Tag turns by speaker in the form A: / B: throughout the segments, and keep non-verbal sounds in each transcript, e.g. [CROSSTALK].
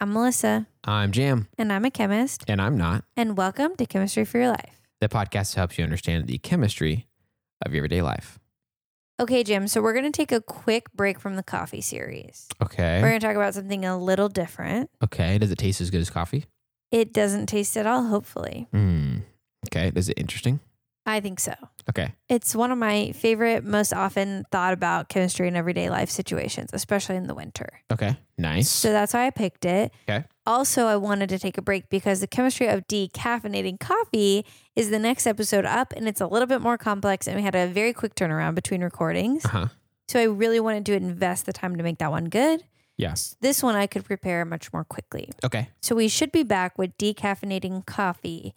A: I'm Melissa,
B: I'm Jam,
A: and I'm a chemist,
B: and I'm not.
A: and welcome to Chemistry for Your Life.
B: The podcast helps you understand the chemistry of your everyday life.
A: Okay, Jim, so we're going to take a quick break from the coffee series.
B: Okay.
A: We're going to talk about something a little different.
B: Okay. Does it taste as good as coffee?
A: It doesn't taste at all, hopefully.
B: Hmm. Okay. Is it interesting?
A: I think so.
B: Okay.
A: It's one of my favorite, most often thought about chemistry in everyday life situations, especially in the winter.
B: Okay. Nice.
A: So that's why I picked it.
B: Okay.
A: Also, I wanted to take a break because the chemistry of decaffeinating coffee is the next episode up and it's a little bit more complex. And we had a very quick turnaround between recordings.
B: uh huh.
A: So I really wanted to invest the time to make that one good.
B: Yes.
A: This one I could prepare much more quickly.
B: Okay.
A: So we should be back with decaffeinating coffee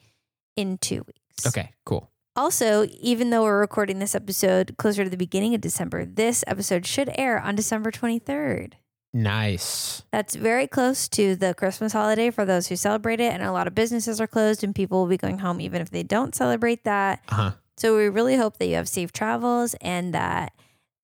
A: in two weeks.
B: Okay. Cool.
A: Also, even though we're recording this episode closer to the beginning of December, this episode should air on December 23rd.
B: Nice.
A: That's very close to the Christmas holiday for those who celebrate it, and a lot of businesses are closed, and people will be going home even if they don't celebrate that.
B: Uh huh.
A: So, we really hope that you have safe travels and that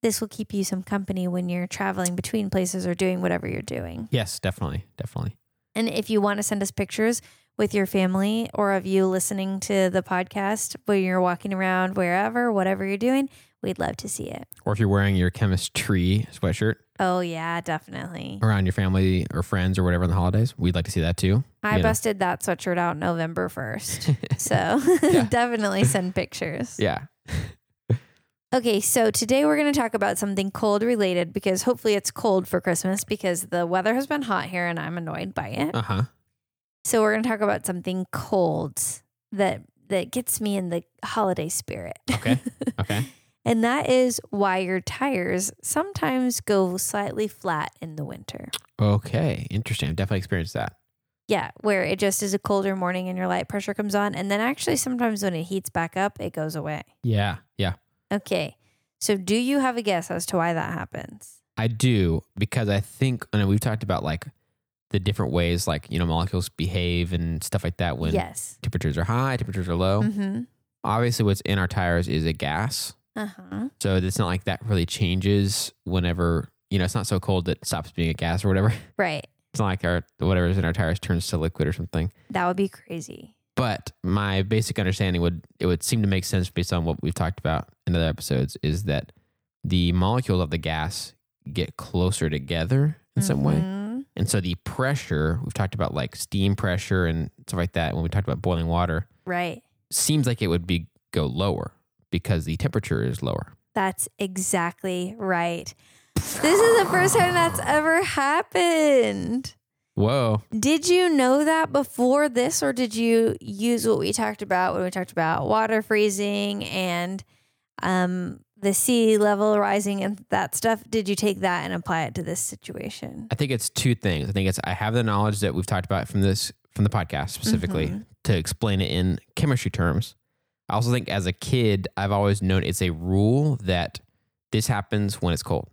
A: this will keep you some company when you're traveling between places or doing whatever you're doing.
B: Yes. Definitely. Definitely.
A: And if you want to send us pictures with your family or of you listening to the podcast when you're walking around, wherever, whatever you're doing, we'd love to see it.
B: Or if you're wearing your chemistry sweatshirt
A: Oh, yeah, definitely.
B: around your family or friends or whatever on the holidays, we'd like to see that too.
A: I
B: You know.
A: busted that sweatshirt out November
B: [LAUGHS]
A: 1st. So
B: Yeah.
A: [LAUGHS] definitely send pictures.
B: Yeah.
A: Okay, so today we're going to talk about something cold related because hopefully it's cold for Christmas because the weather has been hot here and I'm annoyed by it.
B: Uh huh.
A: So we're going to talk about something cold that that gets me in the holiday spirit.
B: Okay. Okay.
A: [LAUGHS] and that is why your tires sometimes go slightly flat in the winter.
B: okay. Interesting. I've definitely experienced that.
A: Yeah, where it just is a colder morning and your light pressure comes on. And then actually, sometimes when it heats back up, it goes away.
B: Yeah. Yeah.
A: Okay. So, do you have a guess as to why that happens?
B: I do because I think I know we've talked about like the different ways like you know molecules behave and stuff like that when Oh.
A: yes.
B: temperatures are high, temperatures are low.
A: Mm-hmm.
B: Obviously, what's in our tires is a gas,
A: Uh huh.
B: so it's not like that really changes whenever you know it's not so cold that it stops being a gas or whatever. [LAUGHS]
A: Right.
B: It's not like our whatever's in our tires turns to liquid or something.
A: That would be crazy.
B: But my basic understanding would it would seem to make sense based on what we've talked about in other episodes is that the molecules of the gas get closer together in some way.
A: Mhm.
B: And so the pressure, we've talked about like steam pressure and stuff like that when we talked about boiling water,
A: Right.
B: seems like it would be go lower because the temperature is lower.
A: That's exactly right. This is the first time that's ever happened.
B: Whoa.
A: Did you know that before this, or did you use what we talked about when we talked about water freezing and um, the sea level rising and that stuff? Did you take that and apply it to this situation?
B: I think it's two things. I think it's I have the knowledge that we've talked about from this from the podcast specifically
A: Mhm.
B: to explain it in chemistry terms. I also think as a kid, I've always known it's a rule that this happens when it's cold.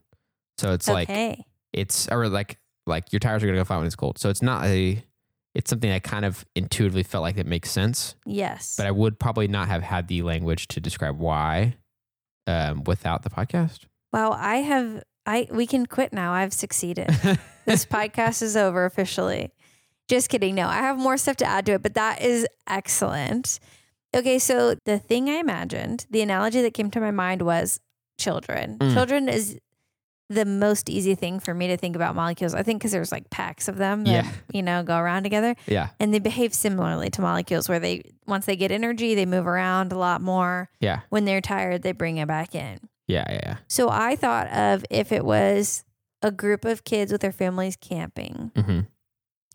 B: So it's like
A: okay.
B: it's or like like your tires are gonna go flat when it's cold. So it's not a it's something I kind of intuitively felt like that makes sense.
A: Yes.
B: but I would probably not have had the language to describe why um, without
A: [LAUGHS]
B: the podcast.
A: wow. I have. I we can quit now. I've succeeded. this podcast is over officially. Just kidding. No, I have more stuff to add to it, but that is excellent. Okay, so the thing I imagined, the analogy that came to my mind was children.
B: Mm.
A: Children is the most easy thing for me to think about molecules. I think because there's like packs of them that,
B: Yeah.
A: you know, go around together
B: yeah,
A: and they behave similarly to molecules where they, once they get energy, they move around a lot more.
B: yeah,
A: When they're tired, they bring it back in.
B: yeah, yeah, yeah.
A: So I thought of if it was a group of kids with their families camping.
B: hmm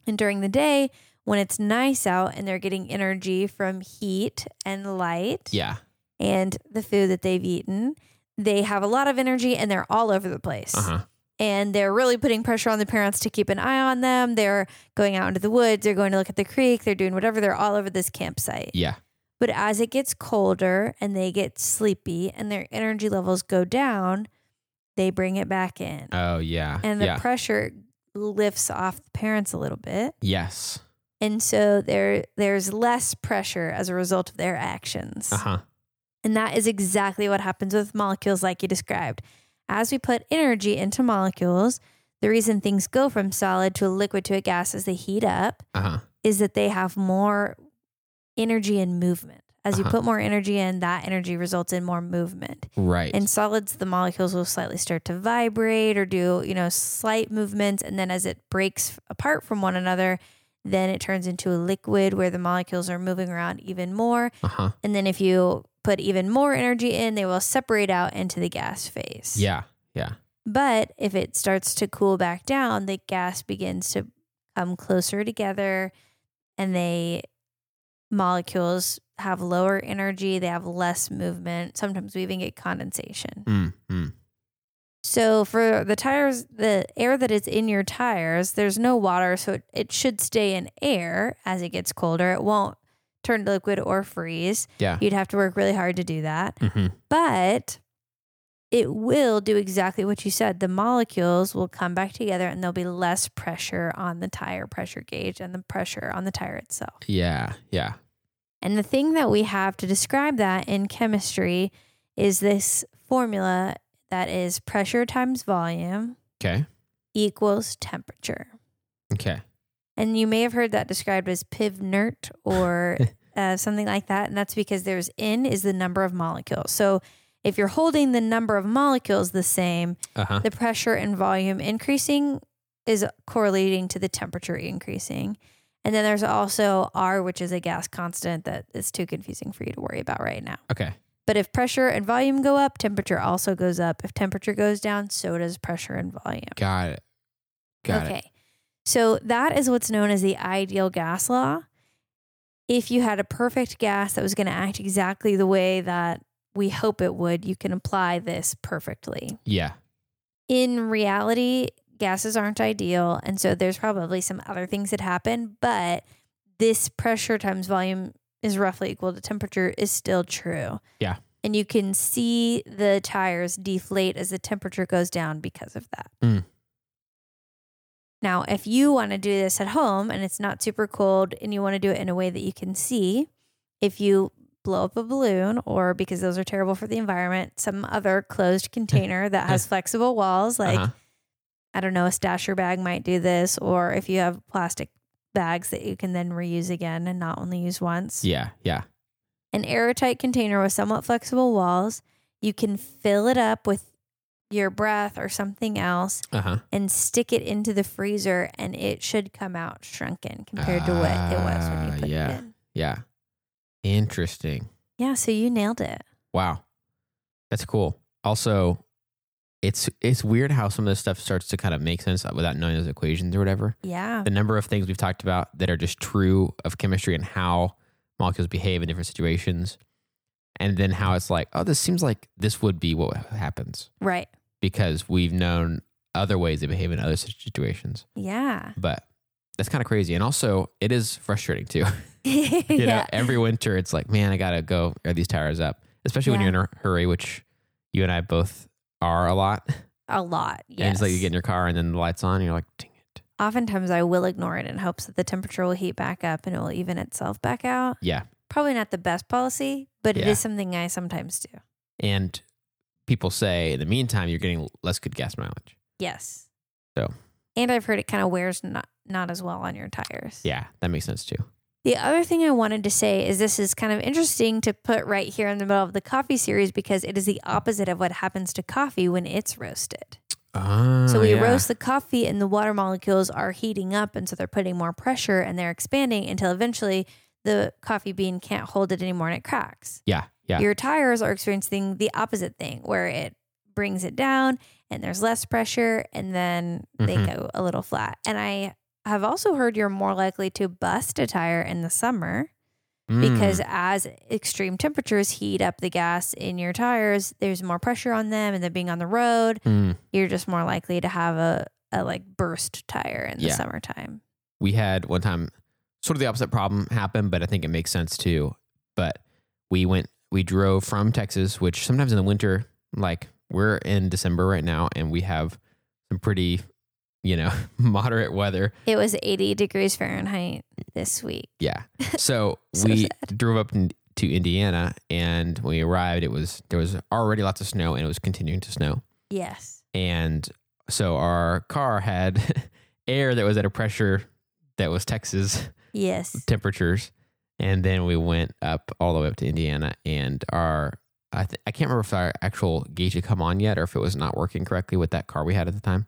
A: And during the day, when it's nice out and they're getting energy from heat and light
B: yeah.
A: and the food that they've eaten, they have a lot of energy and they're all over the place.
B: Uh huh.
A: And they're really putting pressure on the parents to keep an eye on them. They're going out into the woods, they're going to look at the creek, they're doing whatever, they're all over this campsite.
B: Yeah,
A: But as it gets colder and they get sleepy and their energy levels go down, they bring it back in.
B: oh yeah,
A: and the
B: yeah,
A: pressure lifts off the parents a little bit.
B: yes,
A: And so there there's less pressure as a result of their actions.
B: uh huh,
A: And that is exactly what happens with molecules like you described. As we put energy into molecules, The reason things go from solid to a liquid to a gas as they heat up
B: Uh huh.
A: is that they have more energy and movement. As you
B: Uh-huh.
A: put more energy in, that energy results in more movement.
B: Right.
A: In solids, the molecules will slightly start to vibrate or do, you know, slight movements. And then as it breaks apart from one another, then it turns into a liquid where the molecules are moving around even more.
B: uh huh.
A: And then if you put even more energy in, they will separate out into the gas phase.
B: Yeah. Yeah.
A: But if it starts to cool back down, the gas begins to come closer together and they molecules have lower energy, they have less movement. Sometimes we even get condensation.
B: Mm, mm.
A: So for the tires, the air that is in your tires, there's no water, so it, it should stay in air as it gets colder. It won't turn to liquid or freeze.
B: Yeah.
A: You'd have to work really hard to do that
B: hmm
A: but it will do exactly what you said. The molecules will come back together and there'll be less pressure on the tire pressure gauge and the pressure on the tire itself.
B: Yeah. Yeah.
A: And the thing that we have to describe that in chemistry is this formula that is pressure times volume
B: Okay.
A: equals temperature.
B: Okay.
A: And you may have heard that described as PivNert or uh, something like that. And that's because there's N is the number of molecules. So if you're holding the number of molecules the same,
B: Uh huh.
A: the pressure and volume increasing is correlating to the temperature increasing. And then there's also R, which is a gas constant that is too confusing for you to worry about right now.
B: Okay.
A: But if pressure and volume go up, temperature also goes up. If temperature goes down, so does pressure and volume
B: Got it. Got
A: okay.
B: it.
A: So that is what's known as the ideal gas law. If you had a perfect gas that was going to act exactly the way that we hope it would, you can apply this perfectly.
B: Yeah.
A: In reality, gases aren't ideal. And so there's probably some other things that happen, but this pressure times volume is roughly equal to temperature is still true.
B: Yeah.
A: And you can see the tires deflate as the temperature goes down because of that.
B: Mm.
A: Now, if you want to do this at home and it's not super cold and you want to do it in a way that you can see, if you blow up a balloon or because those are terrible for the environment, some other
B: [LAUGHS]
A: closed container that has flexible walls, like
B: uh-huh.
A: I don't know, a stasher bag might do this, or if you have plastic bags that you can then reuse again and not only use once.
B: Yeah. Yeah.
A: An airtight container with somewhat flexible walls, you can fill it up with your breath or something else
B: Uh huh.
A: and stick it into the freezer, and it should come out shrunken compared to what it was when
B: Ah,
A: you put
B: yeah.
A: it in.
B: Yeah. Interesting.
A: Yeah, so you nailed it.
B: Wow. That's cool. Also, it's it's weird how some of this stuff starts to kind of make sense without knowing those equations or whatever.
A: Yeah.
B: the number of things we've talked about that are just true of chemistry and how molecules behave in different situations and then how it's like oh this seems like this would be what happens
A: Right.
B: because we've known other ways they behave in other situations
A: Yeah. [LAUGHS]
B: but that's kind of crazy and also it is frustrating too you know
A: yeah.
B: every winter it's like man i gotta go air these tires up especially when
A: Yeah.
B: you're in a hurry which you and i both are a lot
A: A lot. Yes.
B: and it's like you get in your car and then the lights on and you're like dang it
A: Oftentimes, I will ignore it in hopes that the temperature will heat back up and it will even itself back out.
B: yeah
A: Probably not the best policy, but it
B: Yeah.
A: is something I sometimes do.
B: And people say in the meantime, you're getting less good gas mileage.
A: Yes.
B: So.
A: And I've heard it kind of wears not, not as well on your tires.
B: Yeah, that makes sense too.
A: The other thing I wanted to say is this is kind of interesting to put right here in the middle of the coffee series because it is the opposite of what happens to coffee when it's roasted.
B: Oh,
A: So we roast the coffee and the water molecules are heating up and so they're putting more pressure and they're expanding until eventually the coffee bean can't hold it anymore and it cracks.
B: Yeah, yeah,
A: Your tires are experiencing the opposite thing where it brings it down and there's less pressure and then they
B: Mhm.
A: go a little flat. And I have also heard you're more likely to bust a tire in the summer
B: Mm.
A: because as extreme temperatures heat up the gas in your tires, there's more pressure on them and then being on the road,
B: Mm. Mm.
A: you're just more likely to have a, a like burst tire in the
B: Yeah.
A: summertime.
B: we had one time sort of the opposite problem happen, but I think it makes sense too. But we went, we drove from Texas, which sometimes in the winter, like we're in December right now, and we have some pretty, you know, [LAUGHS] moderate weather.
A: It was 80 degrees Fahrenheit this week.
B: Yeah. So,
A: So
B: we drove up in, to Indiana, and when we arrived, it was there was already lots of snow, and it was continuing to snow.
A: Yes.
B: And So our car had [LAUGHS] air that was at a pressure that was Texas
A: Yes.
B: temperatures, and then we went up all the way up to Indiana, and our I, th- I can't remember if our actual gauge had come on yet or if it was not working correctly with that car we had at the time,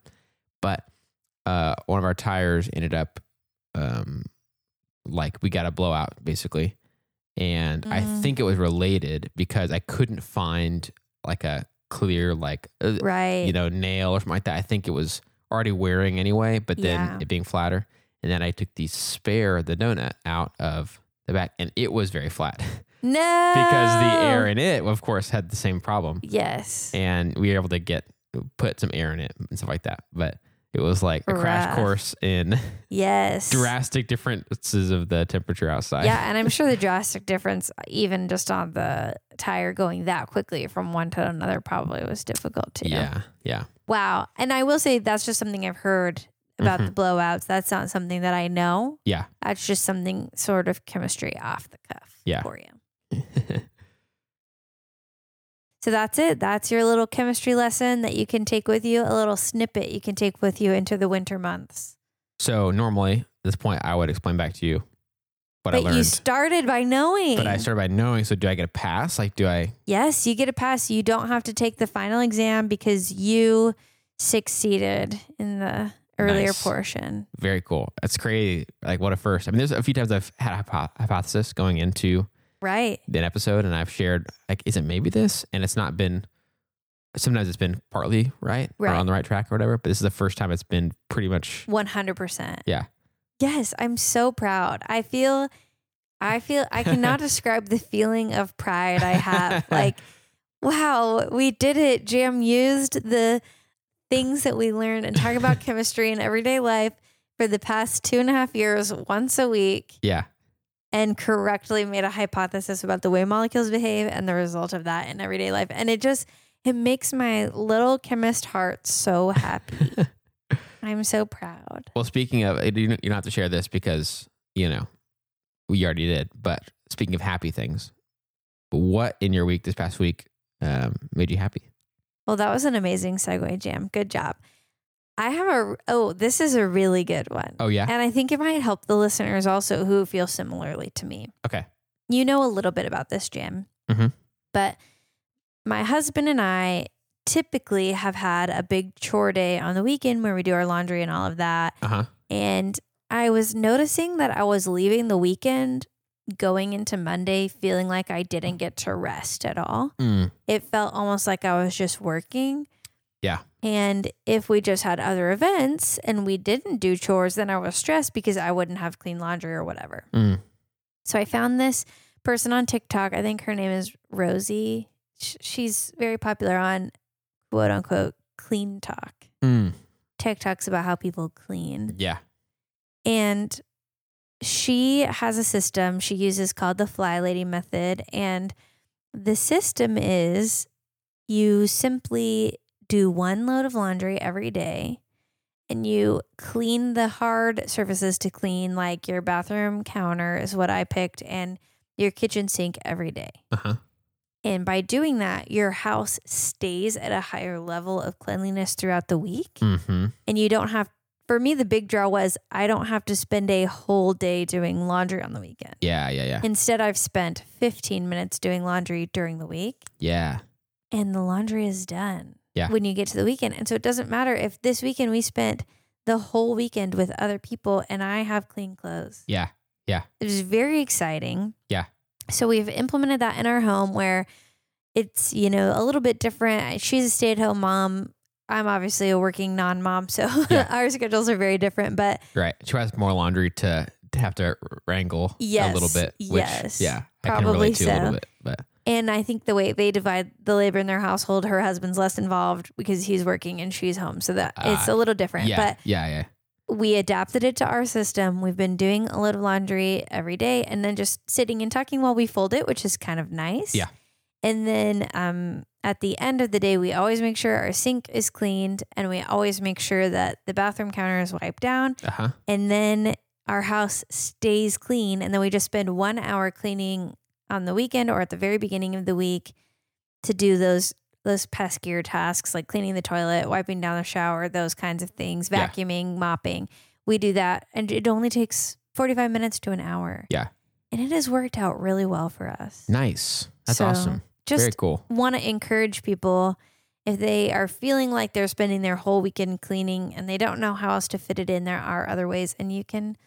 B: but uh, one of our tires ended up um, like we got a blowout basically, and I
A: Mm.
B: think it was related because I couldn't find like a clear like uh,
A: Right.
B: you know, nail or something like that. I think it was already wearing anyway, but then
A: Yeah.
B: it being flatter. And then I took the spare, the donut, out of the back, and it was very flat [LAUGHS]
A: no.
B: because the air in Eh, it, of course, had the same problem.
A: Oh. Yes.
B: And we were able to get put some air in it and stuff like that. But it was like a
A: Rough.
B: crash course
A: [LAUGHS]
B: in
A: Yes.
B: drastic differences of the temperature outside.
A: Yeah, and I'm sure the drastic difference, even just on the tire going that quickly from one to another, probably was difficult too.
B: Yeah. Yeah.
A: Wow. And I will say that's just something I've heard about the blowouts. That's not something that I know.
B: Mm-hmm. Yeah.
A: That's just something sort of chemistry off the cuff
B: Yeah.
A: for you.
B: Mm-hmm.
A: So that's it. That's your little chemistry lesson that you can take with you, a little snippet you can take with you into the winter months.
B: [LAUGHS] so normally at this point, I would explain back to you what I
A: but
B: learned.
A: you started by knowing.
B: But I started by knowing. So do I get a pass? Like, do I?
A: Yes, you get a pass. You don't have to take the final exam because you succeeded in the earlier
B: Nice.
A: portion.
B: Very cool. That's crazy. Like, what a first. I mean, there's a few times I've had a hypo- hypothesis going into
A: Right.
B: an episode, and I've shared like, is it maybe this? And it's not been. Sometimes it's been partly right,
A: Right.
B: or on the right track or whatever. But this is the first time it's been pretty much.
A: 100%.
B: Yeah.
A: Yes, I'm so proud. I feel I feel I cannot describe the feeling of pride I have. Like, wow, we did it. Jam used the things that we learned and talk about chemistry in everyday life for the past two and a half years once a week.
B: Yeah.
A: and correctly made a hypothesis about the way molecules behave and the result of that in everyday life. And it just it makes my little chemist heart so happy. I'm so proud.
B: Well, speaking of, you don't you don't have to share this because you know we already did. But speaking of happy things, what in your week this past week um, made you happy?
A: Well, that was an amazing segue, Jam. Good job. I have a oh, this is a really good one.
B: Oh yeah.
A: And I think it might help the listeners also who feel similarly to me.
B: Okay.
A: You know a little bit about this, Jim.
B: Mhm.
A: But my husband and I typically have had a big chore day on the weekend where we do our laundry and all of that.
B: Uh huh.
A: And I was noticing that I was leaving the weekend going into Monday feeling like I didn't get to rest at all.
B: Mm.
A: It felt almost like I was just working.
B: Yeah.
A: And if we just had other events and we didn't do chores, then I was stressed because I wouldn't have clean laundry or whatever.
B: Mm.
A: So I found this person on TikTok. I think her name is Rosie. Sh- She's very popular on quote unquote clean talk.
B: Mm.
A: TikToks about how people clean.
B: Yeah.
A: And she has a system she uses called the Fly Lady Method. And the system is you simply do one load of laundry every day and you clean the hard surfaces to clean, like your bathroom counter is what I picked, and your kitchen sink every day.
B: Uh huh.
A: And by doing that, your house stays at a higher level of cleanliness throughout the week
B: Mm-hmm.
A: and you don't have for me the big draw was i don't have to spend a whole day doing laundry on the weekend
B: Yeah, yeah, yeah.
A: instead i've spent 15 minutes doing laundry during the week
B: Yeah.
A: and the laundry is done
B: Yeah.
A: when you get to the weekend and so it doesn't matter if this weekend we spent the whole weekend with other people and i have clean clothes
B: Yeah.
A: it was very exciting.
B: Yeah.
A: So we've implemented that in our home where it's, you know, a little bit different. She's a stay at home mom. I'm obviously a working non mom. So [LAUGHS]
B: Yeah.
A: our schedules are very different. But
B: Right. She has more laundry to, to have to wrangle
A: Yes,
B: a little bit. Which,
A: yes.
B: Yeah. I can
A: Probably
B: relate to a
A: so.
B: little bit. But
A: and I think the way they divide the labor in their household, her husband's less involved because he's working and she's home. So that it's a little different.
B: Ah, yeah,
A: But
B: yeah, yeah.
A: we adapted it to our system. We've been doing a load of laundry every day and then just sitting and talking while we fold it, which is kind of nice.
B: Yeah.
A: And then um, at the end of the day, we always make sure our sink is cleaned and we always make sure that the bathroom counter is wiped down.
B: Uh huh.
A: And then our house stays clean. And then we just spend one hour cleaning on the weekend or at the very beginning of the week to do those those peskier tasks like cleaning the toilet, wiping down the shower, those kinds of things,
B: Yeah.
A: vacuuming, mopping. We do that and it only takes 45 minutes to an hour.
B: Yeah.
A: And it has worked out really well for us.
B: Nice. That's
A: So,
B: awesome. Very
A: Just
B: cool.
A: want to encourage people if they are feeling like they're spending their whole weekend cleaning and they don't know how else to fit it in, there are other ways. And you can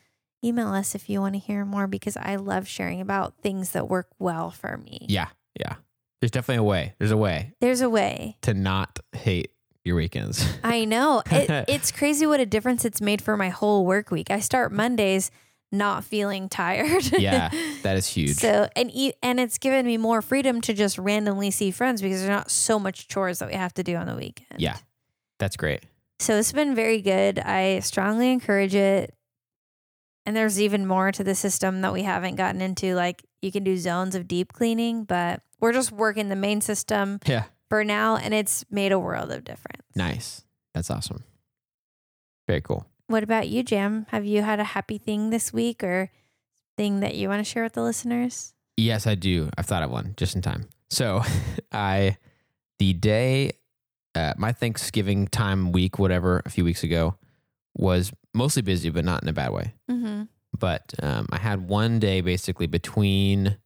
A: email us if you want to hear more because I love sharing about things that work well for me.
B: Yeah. Yeah. There's definitely a way. There's a way
A: There's a way.
B: to not hate your weekends. [LAUGHS]
A: I know. It, it's crazy what a difference it's made for my whole work week. I start Mondays not feeling tired. [LAUGHS]
B: Yeah, that is huge.
A: So and e- and it's given me more freedom to just randomly see friends because there's not so much chores that we have to do on the weekend.
B: Yeah. That's great.
A: So it's been very good. I strongly encourage it. And there's even more to the system that we haven't gotten into. Like you can do zones of deep cleaning, but we're just working the main system
B: Yeah.
A: for now, and it's made a world of difference.
B: Nice. That's awesome. Very cool.
A: What about you, Jam? Have you had a happy thing this week or thing that you want to share with the listeners?
B: Yes, I do. I've thought of one just in time. So, [LAUGHS] I the day uh, my Thanksgiving time week, whatever, a few weeks ago, was mostly busy, but not in a bad way.
A: Mm-hmm.
B: But um, I had one day basically between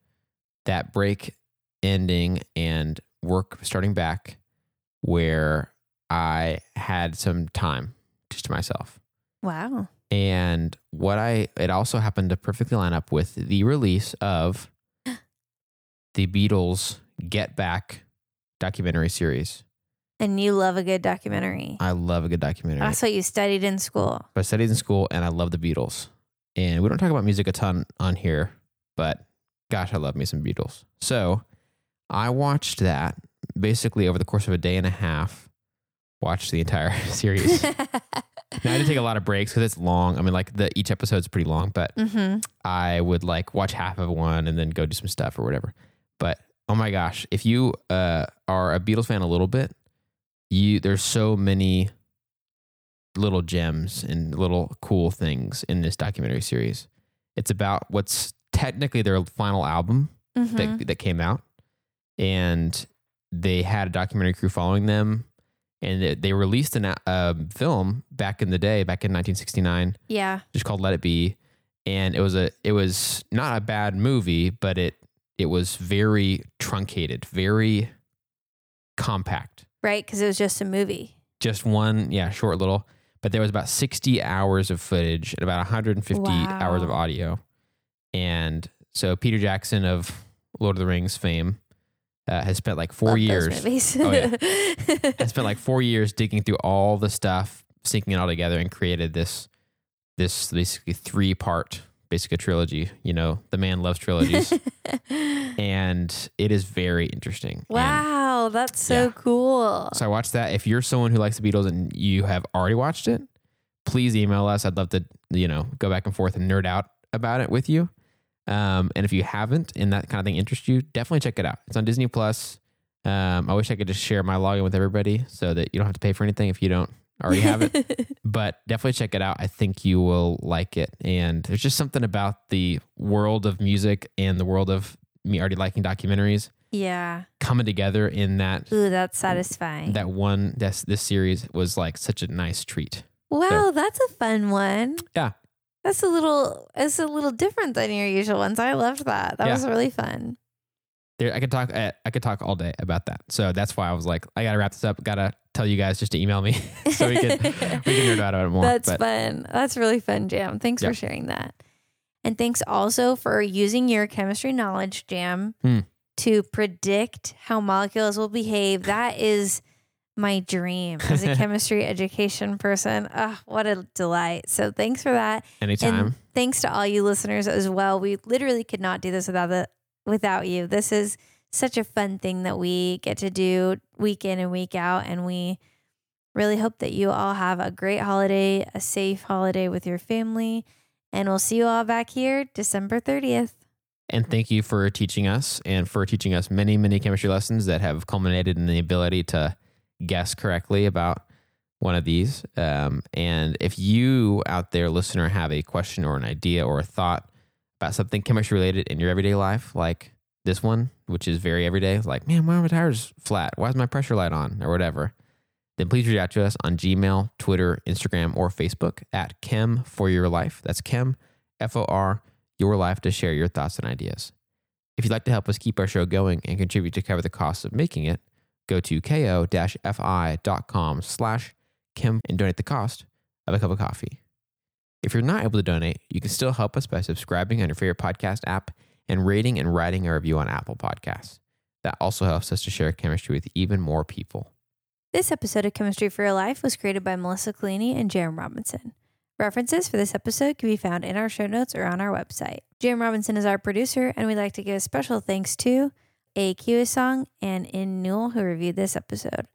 B: that break ending and work starting back, where I had some time just to myself.
A: Wow.
B: And what I it also happened to perfectly line up with the release of the Beatles Get Back documentary series.
A: And you love a good documentary.
B: I love a good documentary.
A: That's what you studied in school.
B: But I studied in school and I love the Beatles. And we don't talk about music a ton on here, but gosh, I love me some Beatles. So I watched that basically over the course of a day and a half, watched the entire [LAUGHS]
A: [LAUGHS]
B: series. now I did take a lot of breaks because it's long. I mean, like the each episode's pretty long, but
A: mm-hmm.
B: I would like watch half of one and then go do some stuff or whatever. But oh my gosh, if you uh, are a Beatles fan a little bit, you there's so many little gems and little cool things in this documentary series. It's about what's technically their final album
A: Mm-hmm.
B: that, that came out, and they had a documentary crew following them, and they, they released a uh, film back in the day, back in 1969
A: yeah.
B: just called Let It Be, and it was a it was not a bad movie, but it it was very truncated, very compact.
A: Right. Because it was just a movie.
B: Just one, yeah, short little. But there was about sixty hours of footage and about 150
A: Wow.
B: hours of audio, and so Peter Jackson of Lord of the Rings fame uh, has spent like four
A: Love
B: years.
A: Those movies.
B: Oh,
A: [LAUGHS]
B: I spent like four years digging through all the stuff, syncing it all together, and created this this basically three part basically trilogy. You know, the man loves
A: [LAUGHS]
B: trilogies, and it is very interesting. And
A: wow, that's so
B: Yeah.
A: cool.
B: so I watched that. If you're someone who likes the Beatles and you have already watched it, please email us. I'd love to you know go back and forth and nerd out about it with you. Um, and if you haven't and that kind of thing interests you, definitely check it out. It's on Disney Plus. Um, I wish I could just share my login with everybody so that you don't have to pay for anything if you don't already have
A: [LAUGHS]
B: it but definitely check it out. I think you will like it. And there's just something about the world of music and the world of me already liking documentaries
A: yeah.
B: coming together in that
A: Ooh, that's satisfying.
B: that one this this series was like such a nice treat.
A: wow, that's a fun one.
B: Yeah.
A: That's a little it's a little different than your usual ones. I loved that. That
B: Yeah.
A: was really fun.
B: There, I could talk. I, I could talk all day about that. So that's why I was like, I gotta wrap this up. Gotta tell you guys just to email me [LAUGHS] so we can we can
A: [LAUGHS]
B: nerd out about it more.
A: That's
B: but
A: fun. That's really fun, Jam. Thanks
B: Yeah.
A: for sharing that. And thanks also for using your chemistry knowledge, Jam,
B: Hmm.
A: to predict how molecules will behave. That is my dream as
B: [LAUGHS]
A: a chemistry education person. Ah, what a delight. So thanks for that.
B: anytime,
A: And thanks to all you listeners as well. We literally could not do this without the without you. This is such a fun thing that we get to do week in and week out and we really hope that you all have a great holiday, a safe holiday with your family, and we'll see you all back here December 30th.
B: and thank you for teaching us and for teaching us many, many chemistry lessons that have culminated in the ability to guess correctly about one of these. Um, and if you out there, listener, have a question or an idea or a thought about something chemistry related in your everyday life, like this one, which is very everyday, like, man, why are my tires flat? Why is my pressure light on? Or whatever. Then please reach out to us on Gmail, Twitter, Instagram, or Facebook at Chem for Your Life. That's Chem, F O R, Your Life to share your thoughts and ideas. If you'd like to help us keep our show going and contribute to cover the costs of making it, go to ko-fi.com slash Kim and donate the cost of a cup of coffee. If you're not able to donate, you can still help us by subscribing on your favorite podcast app and rating and writing a review on Apple Podcasts. That also helps us to share chemistry with even more people.
A: This episode of Chemistry for Your Life was created by Melissa Collini and Jerem Robinson. References for this episode can be found in our show notes or on our website. Jerem Robinson is our producer, and we'd like to give a special thanks to AQ Song and In Newell who reviewed this episode.